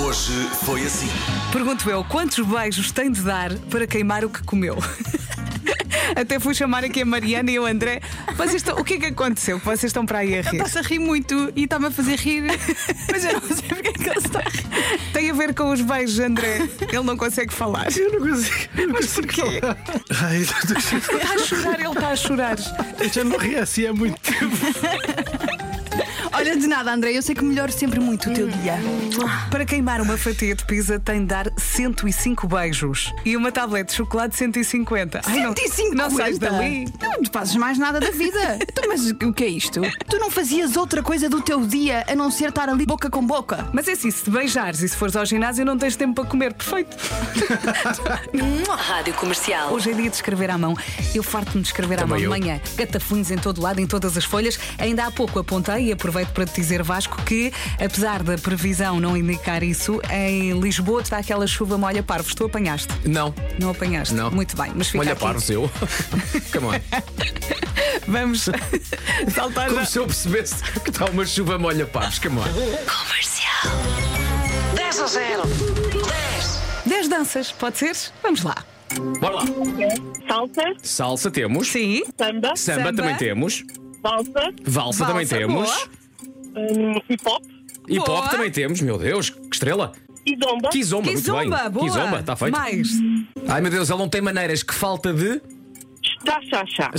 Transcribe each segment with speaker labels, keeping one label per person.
Speaker 1: Hoje foi assim.
Speaker 2: Pergunto eu, quantos beijos tem de dar para queimar o que comeu? Até fui chamar aqui a Mariana e o André. Vocês estão, o que é que aconteceu? Vocês estão para aí a rir.
Speaker 3: Está-se a rir muito e está-me a fazer rir. Mas eu não sei porque é que ele está a rir.
Speaker 2: Tem a ver com os beijos, André. Ele não consegue falar.
Speaker 4: Eu não consigo. Eu não consigo
Speaker 2: Porquê?
Speaker 4: falar. Ai, eu
Speaker 2: Está a chorar, ele está a chorar.
Speaker 4: já não ri assim há muito tempo.
Speaker 3: Olha, de nada, André, eu sei que melhora sempre muito o teu dia.
Speaker 2: Para queimar uma fatia de pizza tem de dar 105 beijos e uma tablete de chocolate 150. Ai, não-
Speaker 3: 150.
Speaker 2: Não, sais dali.
Speaker 3: Não, tu fazes mais nada da vida. Então, mas o que é isto? Tu não fazias outra coisa do teu dia a não ser estar ali boca com boca?
Speaker 2: Mas é assim, se te beijares e se fores ao ginásio não tens tempo para comer, perfeito.
Speaker 5: Rádio Comercial.
Speaker 2: Hoje é dia de escrever à mão. Eu farto-me de escrever à mão
Speaker 4: Também
Speaker 2: de
Speaker 4: eu.
Speaker 2: manhã. Gatafunhos em todo lado, em todas as folhas. Ainda há pouco apontei e aproveito para te dizer, Vasco, que apesar da previsão não indicar isso, em Lisboa está aquela chuva molha parvos. Tu apanhaste?
Speaker 4: Não,
Speaker 2: Não apanhaste?
Speaker 4: não.
Speaker 2: Muito bem, mas fica
Speaker 4: Olha,
Speaker 2: aqui.
Speaker 4: parvos eu. Come on.
Speaker 2: Vamos saltar já.
Speaker 4: Como se eu percebesse que está uma chuva molha parvos. Come on.
Speaker 5: Comercial. 10 a 0. 10.
Speaker 2: 10 danças, pode ser? Vamos lá.
Speaker 4: Bora lá.
Speaker 6: Salsa,
Speaker 4: Salsa temos.
Speaker 2: Sim.
Speaker 4: Samba,
Speaker 6: samba,
Speaker 2: Samba.
Speaker 4: também temos.
Speaker 6: valsa,
Speaker 4: Valsa, também
Speaker 2: Valsa,
Speaker 4: temos.
Speaker 2: boa.
Speaker 6: hum, hip hop
Speaker 4: Hip
Speaker 2: Boa.
Speaker 4: hop também temos. Meu Deus, que estrela.
Speaker 6: e zomba.
Speaker 4: Kizomba, muito bem.
Speaker 2: Kizomba, boa.
Speaker 4: Kizomba, está feito.
Speaker 2: Mais.
Speaker 4: Ai meu Deus, ele não tem maneiras. Que falta de.
Speaker 6: Chá, chá, chá.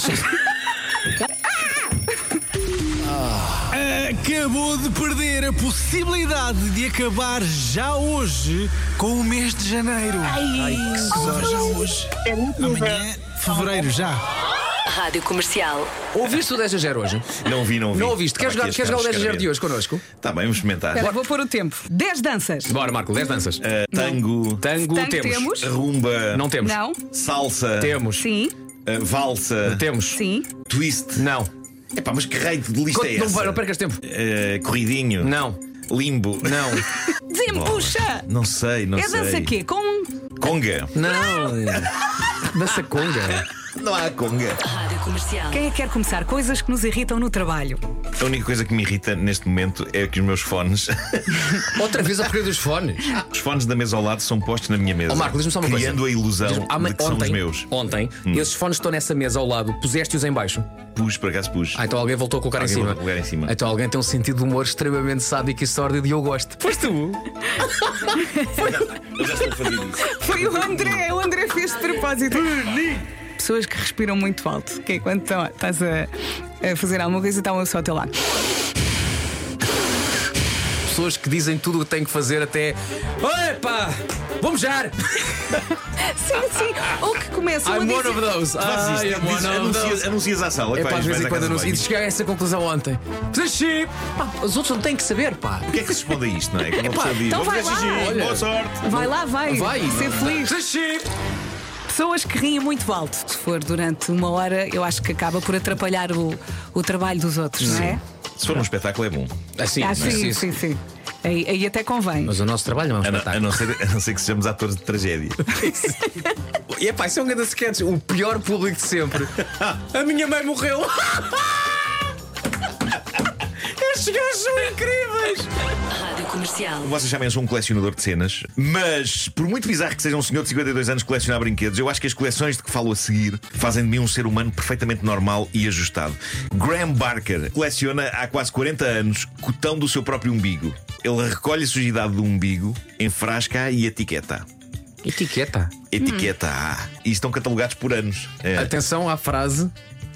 Speaker 7: Acabou de perder a possibilidade de acabar já hoje com o mês de janeiro. Ai, que só já hoje.
Speaker 6: É muito
Speaker 7: Amanhã, fevereiro já.
Speaker 5: Rádio Comercial.
Speaker 4: Ouviste o 10 a 0 hoje?
Speaker 8: Não vi, não vi.
Speaker 4: Não ouviste? Queres jogar,
Speaker 8: Estava aqui a
Speaker 4: queres jogar o 10 a 0
Speaker 8: escrever.
Speaker 4: de hoje connosco?
Speaker 8: Tá bem, vamos experimentar.
Speaker 2: Espera, vou pôr o tempo. 10 danças.
Speaker 4: Bora, Marco, 10 danças.
Speaker 8: Eh, tango,
Speaker 4: Tango,
Speaker 2: Tango
Speaker 4: temos.
Speaker 2: temos.
Speaker 8: rumba,
Speaker 4: Não temos.
Speaker 2: Não?
Speaker 8: salsa,
Speaker 4: Temos.
Speaker 2: Sim,
Speaker 8: eh, valsa,
Speaker 4: Temos.
Speaker 2: sim.
Speaker 8: twist.
Speaker 4: Não.
Speaker 8: Epá, mas que raio de lista
Speaker 4: Con-
Speaker 8: é
Speaker 4: não,
Speaker 8: essa?
Speaker 4: não percas tempo.
Speaker 8: Eh, corridinho.
Speaker 4: Não.
Speaker 8: Limbo. Oh,
Speaker 4: Não.
Speaker 2: Desembucha!
Speaker 8: Não sei, não
Speaker 2: É
Speaker 8: sei.
Speaker 2: dança quê? Com um-"
Speaker 8: Conga.
Speaker 4: Não. Dança conga.
Speaker 8: Não há conga.
Speaker 5: Rádio Comercial.
Speaker 2: Quem é que quer começar? Coisas que nos irritam no trabalho.
Speaker 8: A única coisa que me irrita neste momento é que os meus fones,
Speaker 4: Outra vez a porcaria dos fones.
Speaker 8: os fones da mesa ao lado, são postos na minha mesa.
Speaker 4: Ó, Marco, diz-me só uma
Speaker 8: criando
Speaker 4: coisa.
Speaker 8: a ilusão
Speaker 4: Diz-me, ama-
Speaker 8: de que são os meus. Hum.
Speaker 4: Ontem, esses fones que estão nessa mesa ao lado, puseste-os em baixo.
Speaker 8: Pus, por acaso pus.
Speaker 4: Ah, então alguém voltou a colocar
Speaker 8: Alguém
Speaker 4: em cima.
Speaker 8: voltou a colocar em cima.
Speaker 4: Então alguém tem um sentido de humor extremamente sádico e sórdido e eu gosto. Pois tu.
Speaker 8: Eu já estou a fazer isso.
Speaker 2: Foi o André, o André fez de propósito. Pessoas que respiram muito alto, que é quando estão- estás a, a fazer alguma coisa, estão só ao teu lado.
Speaker 4: Pessoas que dizem tudo o que têm que fazer até. Opa! Vamos já!
Speaker 2: Sim, sim. Ou que começam a
Speaker 4: I'm one
Speaker 2: dizer.
Speaker 4: of those!
Speaker 8: Faz
Speaker 4: I
Speaker 8: isto, dizes-
Speaker 4: am one of those!
Speaker 8: anuncias, anuncias à sala.
Speaker 4: É
Speaker 8: que
Speaker 4: pá,
Speaker 8: vais,
Speaker 4: às
Speaker 8: vais
Speaker 4: vezes é
Speaker 8: à casa
Speaker 4: quando
Speaker 8: de
Speaker 4: anuncio. E
Speaker 8: banho.
Speaker 4: cheguei a essa conclusão ontem. Desci! Pá, os outros não têm que saber, pá!
Speaker 8: O que é que se responde a isto, não é? Quando uma
Speaker 4: Epá,
Speaker 8: pessoa diz,
Speaker 2: então
Speaker 8: "Vamos
Speaker 2: vai
Speaker 8: ver
Speaker 2: lá,
Speaker 8: xixi,
Speaker 4: olha.
Speaker 8: boa sorte.
Speaker 2: Vai lá, vai.
Speaker 4: Vai!
Speaker 2: Ser feliz.
Speaker 4: Desci!
Speaker 2: Pessoas que riem muito alto. Se for durante uma hora, eu acho que acaba por atrapalhar o, o trabalho dos outros, não é?
Speaker 8: Se for um espetáculo é bom.
Speaker 4: Assim,
Speaker 2: Ah,
Speaker 4: não é?
Speaker 2: sim, sim, sim. Aí, aí até convém.
Speaker 4: Mas o nosso trabalho não é
Speaker 8: A
Speaker 4: um
Speaker 8: não, a
Speaker 4: espetáculo.
Speaker 8: não ser, a não ser que sejamos atores de tragédia.
Speaker 4: E é pá, isso é um grande sketch. O pior público de sempre. a minha mãe morreu. Estes gajos são incríveis!
Speaker 5: Rádio Comercial.
Speaker 8: Vocês sabem, eu sou um colecionador de cenas, mas por muito bizarro que seja um senhor de 52 anos colecionar brinquedos, eu acho que as coleções de que falo a seguir fazem de mim um ser humano perfeitamente normal e ajustado. Graham Barker coleciona há quase 40 anos cotão do seu próprio umbigo. Ele recolhe a sujidade do umbigo, enfrasca-a e etiqueta.
Speaker 4: Etiqueta.
Speaker 8: Etiqueta A. E estão catalogados por anos. É.
Speaker 4: Atenção à frase.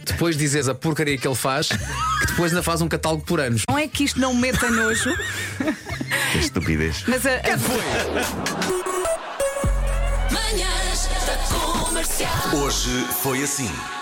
Speaker 4: Depois dizes a porcaria que ele faz, que depois ainda faz um catálogo por anos.
Speaker 2: Não é que isto não meta nojo,
Speaker 8: Que estupidez.
Speaker 2: mas a, a
Speaker 5: Manhãs da Comercial.
Speaker 1: Hoje foi assim.